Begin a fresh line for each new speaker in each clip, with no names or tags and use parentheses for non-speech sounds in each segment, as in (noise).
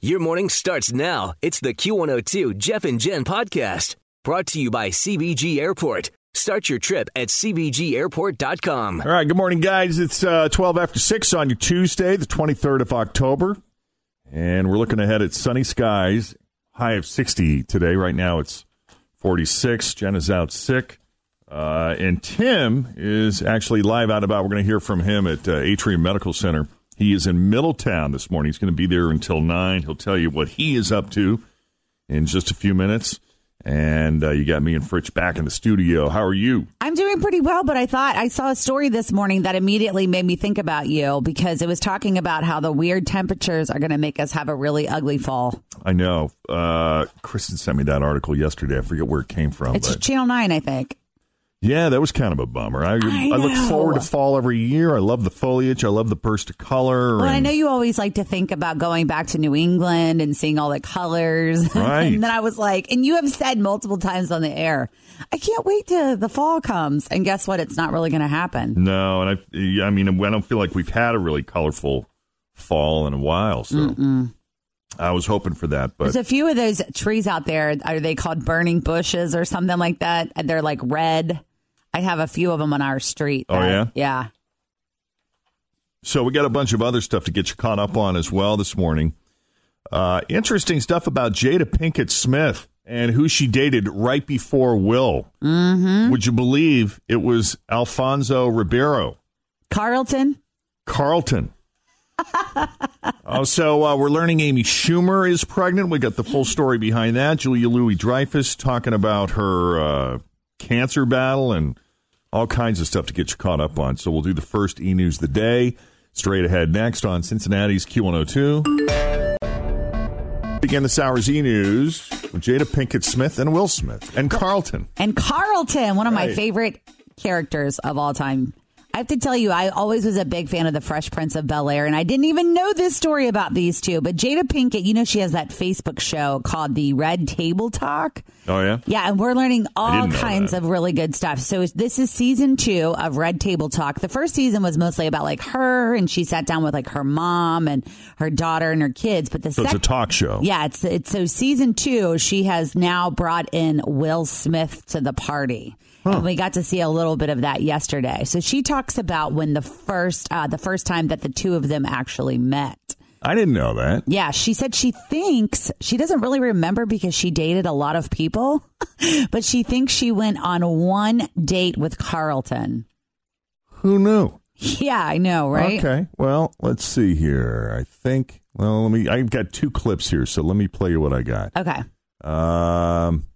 Your morning starts now. It's the Q102 Jeff and Jen podcast brought to you by CBG Airport. Start your trip at CBGAirport.com.
All right, good morning, guys. It's uh, 12 after 6 on your Tuesday, the 23rd of October. And we're looking ahead at sunny skies, high of 60 today. Right now it's 46. Jen is out sick. Uh, and Tim is actually live out about. We're going to hear from him at uh, Atrium Medical Center. He is in Middletown this morning. He's going to be there until 9. He'll tell you what he is up to in just a few minutes. And uh, you got me and Fritch back in the studio. How are you?
I'm doing pretty well, but I thought I saw a story this morning that immediately made me think about you because it was talking about how the weird temperatures are going to make us have a really ugly fall.
I know. Uh, Kristen sent me that article yesterday. I forget where it came from.
It's
Oh, but
Channel 9, I think.
yeah, that was kind of a bummer. I, I,
I
look
know.
forward to fall every year. I love the foliage. I love the burst of color.
Well, I
and-
know you always like to think about going back to New England and seeing all the colors. (laughs)
Right.
and then I was like, and you have said multiple times on the air, I can't wait till the fall comes. And guess what? It's not really going to happen.
no, and I, yeah, I mean, I don't feel like we've had a really colorful fall in a while. So I was hoping for that, but
There's a few of those trees out there. Are they called burning bushes or something like that? And They're like red. I have a few of them on our street.
Oh,
that-
yeah?
Yeah.
So we got a bunch of other stuff to get you caught up on as well this morning. Uh, interesting stuff about Jada Pinkett Smith and who she dated right before Will. Mm-hmm. Would you believe it was Alfonso Ribeiro
Carlton?
Carlton? also, uh, we're learning Amy Schumer is pregnant. We got the full story behind that. Julia Louis Dreyfus talking about her uh, cancer battle and all kinds of stuff to get you caught up on. So we'll do the first e news of the day straight ahead next on Cincinnati's Q102. Begin this hour's e news with Jada Pinkett Smith and Will Smith and Carlton.
And Carlton, one of my
Right.
favorite characters of all time. I have to tell you, I always was a big fan of the Fresh Prince of Bel Air, and I didn't even know this story about these two. But Jada Pinkett, you know, she has that Facebook show called The Red Table Talk.
Oh, yeah?
Yeah, and we're learning all
didn't know
kinds
that.
of really good stuff. So this is season two of Red Table Talk. The first season was mostly about like her, and she sat down with like her mom and her daughter and her kids. But the
So it's a
sec-
talk show.
yeah, it's it's so season two. She has now brought in Will Smith to the party, and we got to see a little bit of that yesterday. So she talks about when the first uh, the first time that the two of them actually met.
I didn't know that.
Yeah, she said she thinks she doesn't really remember because she dated a lot of people, (laughs) but she thinks she went on one date with Carlton.
Who knew?
Yeah, I know, right?
Okay. Well, let's see here. I think. Well, let me. I've got two clips here, so let me play you what I got.
Okay.
Um,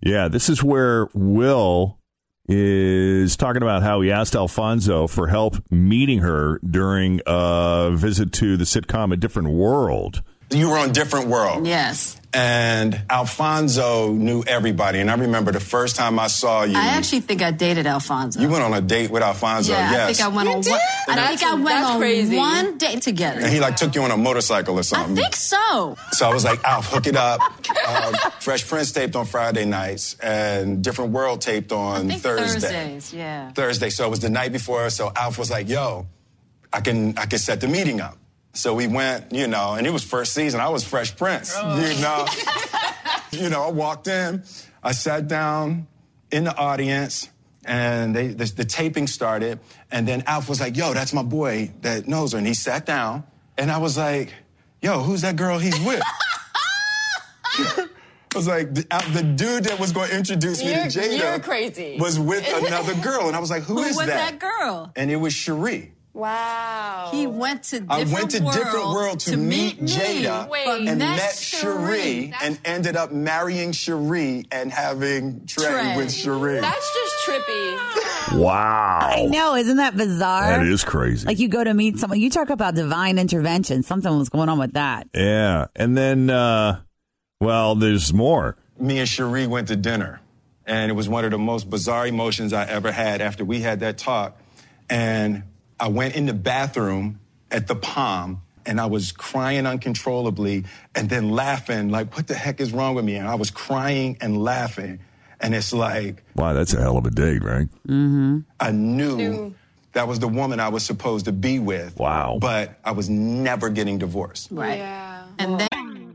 yeah, this is where Will is talking about how he asked Alfonso for help meeting her during a visit to the sitcom A Different World.
You were on different world.
Yes.
And Alfonso knew everybody. And I remember the first time I saw you.
I actually think I dated Alfonso.
Mm. you went on a date with Alfonso.
yeah, I
yes.
think I went on one. I think I went on one date
and
together.
he like took you on a motorcycle or
I
something.
think so.
So I was like, Alf, hook it up. Um, Fresh Prince taped on Friday nights and Different World taped on
I think
Thursday.
Thursdays, yeah.
Thursday. So it was the night before. So Alf was like, yo, I can I can set the meeting up. So we went, you know, and it was first season. I was Fresh Prince.
Oh.
You know. you know, (laughs) I walked in, I sat down in the audience, and they the, the taping started, and then Alf was like, yo, that's my boy that knows her. And he sat down, and I was like, yo, who's that girl he's with?
(laughs)
(laughs) I was like, the, uh, the dude that was going to introduce me
You're-
to Jada
you're crazy.
was with
(laughs)
another girl. And I was like,
Who
is
was
that?
that girl?
And it was Cherie.
Wow.
He went to
I
different
went to
world
different world to, meet,
me,
Jada
Wait.
but
and
met
met
Cherie.
Cherie and ended up marrying Cherie and having Trey,
Trey.
with Cherie.
That's just trippy.
Wow.
I know, isn't that bizarre?
That is crazy.
Like you go to meet someone, you talk about divine intervention. Something was going on with that.
yeah. And then, uh, well, there's more.
me and Cherie went to dinner, and it was one of the most bizarre emotions I ever had after we had that talk. And I went in the bathroom at the Palm, and I was crying uncontrollably and then laughing, like, what the heck is wrong with me? And I was crying and laughing. And it's like,
Wow, that's a hell of a date, right?
I knew, that was the woman I was supposed to be with.
Wow.
But I was never getting divorced.
Right.
Yeah.
And then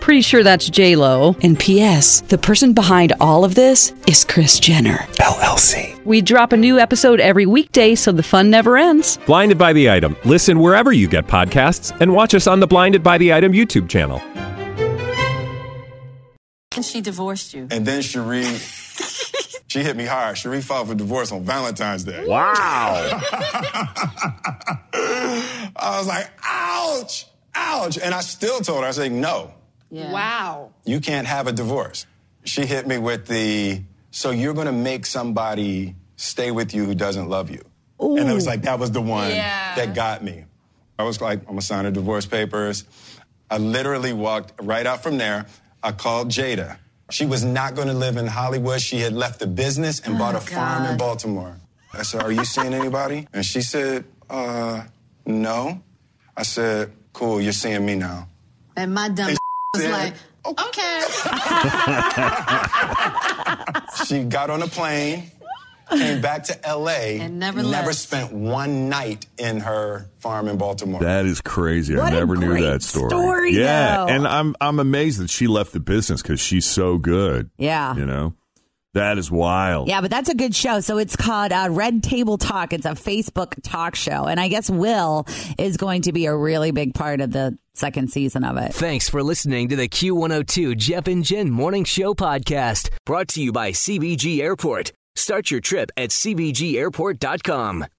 Pretty sure that's J Lo.
And P.S. The person behind all of this is Chris Jenner.
LLC.
We drop a new episode every weekday, so the fun never ends.
Blinded by the item. Listen wherever you get podcasts, and watch us on the Blinded by the Item YouTube channel.
she divorced you.
(laughs) And then Cherie, she hit me hard. Cherie filed for divorce on Valentine's Day.
Wow.
(laughs) I was like, ouch, ouch. And I still told her, I said, no,
Yeah.
Wow.
you can't have a divorce. She hit me with the, so you're going to make somebody stay with you who doesn't love you. And it was like, that was the one
Yeah.
that got me. I was like, I'm going to sign her divorce papers. I literally walked right out from there. I called Jada. She was not going to live in Hollywood. She had left the business and bought a farm in Baltimore. I said, Are you seeing anybody? And she said, uh, No. I said, Cool, you're seeing me now.
And my dumb (laughs) was
said, "Oh,
like, okay.
She got on a plane, came back to LA,
And never
never
left.
spent one night in her farm in Baltimore.
that is crazy.
What
I
a
never knew
great
that story.
story,
yeah,
though.
and I'm I'm amazed that she left the business because she's so good.
Yeah.
You know, that is wild.
Yeah, but that's a good show. So it's called uh, Red Table Talk. It's a Facebook talk show. And I guess Will is going to be a really big part of the second season of it.
Thanks for listening to the Q102 Jeff and Jen Morning Show podcast, brought to you by CBG Airport. Start your trip at CBGAirport.com.